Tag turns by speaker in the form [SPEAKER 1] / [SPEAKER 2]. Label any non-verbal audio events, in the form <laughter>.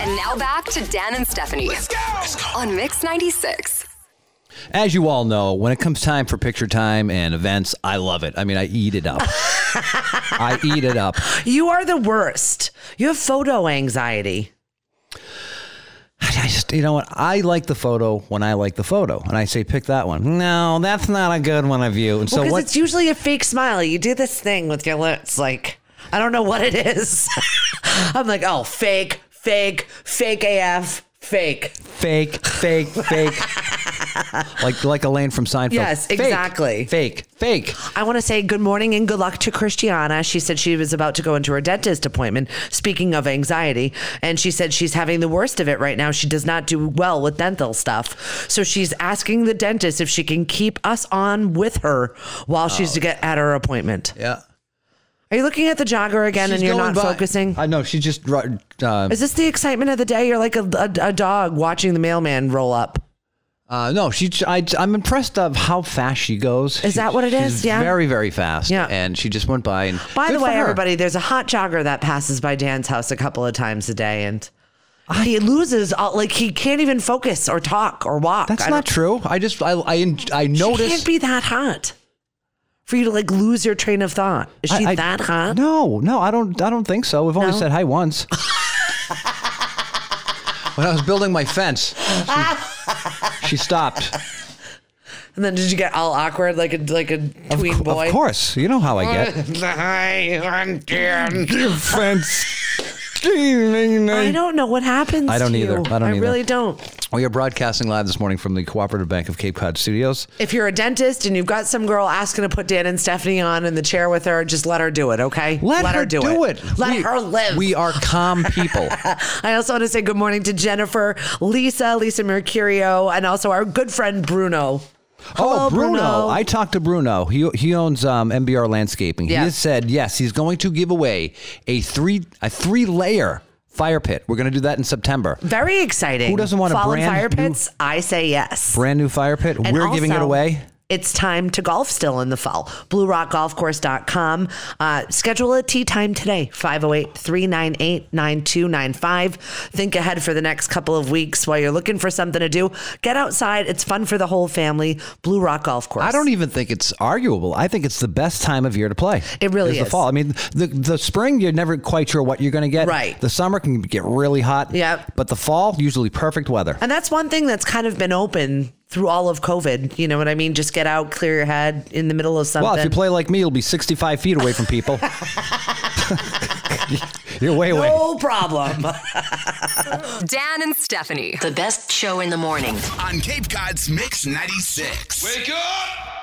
[SPEAKER 1] And now back to Dan and Stephanie on Mix 96.
[SPEAKER 2] As you all know, when it comes time for picture time and events, I love it. I mean, I eat
[SPEAKER 3] <laughs>
[SPEAKER 2] it up. I eat it up.
[SPEAKER 3] You are the worst. You have photo anxiety.
[SPEAKER 2] I just, you know what? I like the photo when I like the photo, and I say pick that one. No, that's not a good one of you. And
[SPEAKER 3] Because
[SPEAKER 2] so what?
[SPEAKER 3] it's usually a fake smile. You do this thing with your lips, like I don't know what it is. <laughs> I'm like, oh, fake, fake, fake AF, fake.
[SPEAKER 2] <laughs> fake, fake, fake. like like Elaine from Seinfeld.
[SPEAKER 3] Yes,
[SPEAKER 2] Fake,
[SPEAKER 3] exactly.
[SPEAKER 2] Fake, fake.
[SPEAKER 3] I want to say good morning and good luck to Christiana. She said she was about to go into her dentist appointment. Speaking of anxiety, and she said she's having the worst of it right now. She does not do well with dental stuff. So she's asking the dentist if she can keep us on with her while
[SPEAKER 2] Oh.
[SPEAKER 3] she's to get at her appointment.
[SPEAKER 2] Yeah.
[SPEAKER 3] Are you looking at the jogger again and you're not focusing?
[SPEAKER 2] I know. She just. dri- Uh,
[SPEAKER 3] Is this the excitement of the day? You're like a, a, a dog watching the mailman roll up.
[SPEAKER 2] Uh, no, she. I, I'm impressed of how fast she goes.
[SPEAKER 3] Is that what it
[SPEAKER 2] it is?
[SPEAKER 3] is? Yeah.
[SPEAKER 2] Very, very fast.
[SPEAKER 3] Yeah.
[SPEAKER 2] And she just went by. And
[SPEAKER 3] By
[SPEAKER 2] good
[SPEAKER 3] the
[SPEAKER 2] for
[SPEAKER 3] way,
[SPEAKER 2] her.
[SPEAKER 3] everybody, there's a hot jogger that passes by Dan's house a couple of times a day, and he loses all. Like he can't even focus or talk or walk.
[SPEAKER 2] That's
[SPEAKER 3] I
[SPEAKER 2] not
[SPEAKER 3] don't-
[SPEAKER 2] true. I just. I. I, en- I
[SPEAKER 3] She can't
[SPEAKER 2] noticed.
[SPEAKER 3] be that hot for you to like lose your train of thought. Is she
[SPEAKER 2] I- I-
[SPEAKER 3] that hot?
[SPEAKER 2] No, no, I don't. I don't think so. We've only
[SPEAKER 3] No?
[SPEAKER 2] said hi
[SPEAKER 3] <laughs>
[SPEAKER 2] once. when I was building my fence, she, she stopped.
[SPEAKER 3] And then did you get all awkward like a like a tween
[SPEAKER 2] Of
[SPEAKER 3] boy?
[SPEAKER 2] course, you know how I get.
[SPEAKER 4] <laughs> Hi, I'm Dan.
[SPEAKER 2] fence.
[SPEAKER 3] I don't know what happens.
[SPEAKER 2] I don't
[SPEAKER 3] to
[SPEAKER 2] either.
[SPEAKER 3] you.
[SPEAKER 2] I don't either.
[SPEAKER 3] really don't.
[SPEAKER 2] We are broadcasting live this morning from the Cooperative Bank of Cape Cod Studios.
[SPEAKER 3] If you're a dentist and you've got some girl asking to put Dan and Stephanie on in the chair with her, just let her do it, okay?
[SPEAKER 2] Let, her, do, it.
[SPEAKER 3] Let
[SPEAKER 2] We-
[SPEAKER 3] her live.
[SPEAKER 2] We are calm <laughs> people. Oh,
[SPEAKER 3] I also want to say good morning to Jennifer, Lisa, Lisa Mercurio, and also our good friend Bruno. Hello,
[SPEAKER 2] oh, Bruno.
[SPEAKER 3] Bruno.
[SPEAKER 2] I talked to Bruno. He he owns um, MBR Landscaping. He
[SPEAKER 3] Yeah.
[SPEAKER 2] has said yes, he's going to give away a three a three layer fire pit. We're going to do that in September.
[SPEAKER 3] Very exciting.
[SPEAKER 2] Who doesn't want a
[SPEAKER 3] Fallen
[SPEAKER 2] brand
[SPEAKER 3] fire
[SPEAKER 2] new-
[SPEAKER 3] pits? I say yes.
[SPEAKER 2] Brand new fire pit.
[SPEAKER 3] And
[SPEAKER 2] We're giving it
[SPEAKER 3] also,
[SPEAKER 2] away.
[SPEAKER 3] It's time to golf still in the fall. BlueRockGolfCourse.com. Uh, schedule a tee time today, 508 398 9295. Think ahead for the next couple of weeks while you're looking for something to do. Get outside. It's fun for the whole family. Blue Rock Golf Course.
[SPEAKER 2] I don't even think it's arguable. I think it's the best time of year to play.
[SPEAKER 3] It really
[SPEAKER 2] the
[SPEAKER 3] is.
[SPEAKER 2] fall. I mean, the the spring you're never quite sure what you're going to get.
[SPEAKER 3] Right.
[SPEAKER 2] The summer can get really hot.
[SPEAKER 3] Yep.
[SPEAKER 2] But the fall usually perfect weather.
[SPEAKER 3] And that's one thing that's kind of been open through all of COVID. You know what I mean? Just get out, clear your head in the middle of something.
[SPEAKER 2] Well, if you play like me, you'll be 65 feet away from
[SPEAKER 3] <laughs>
[SPEAKER 2] people. <laughs> you're way away.
[SPEAKER 3] no problem. <laughs>
[SPEAKER 1] Dan and Stephanie.
[SPEAKER 5] The best show in the morning.
[SPEAKER 4] On Cape Cod's Mix 96. Wake up!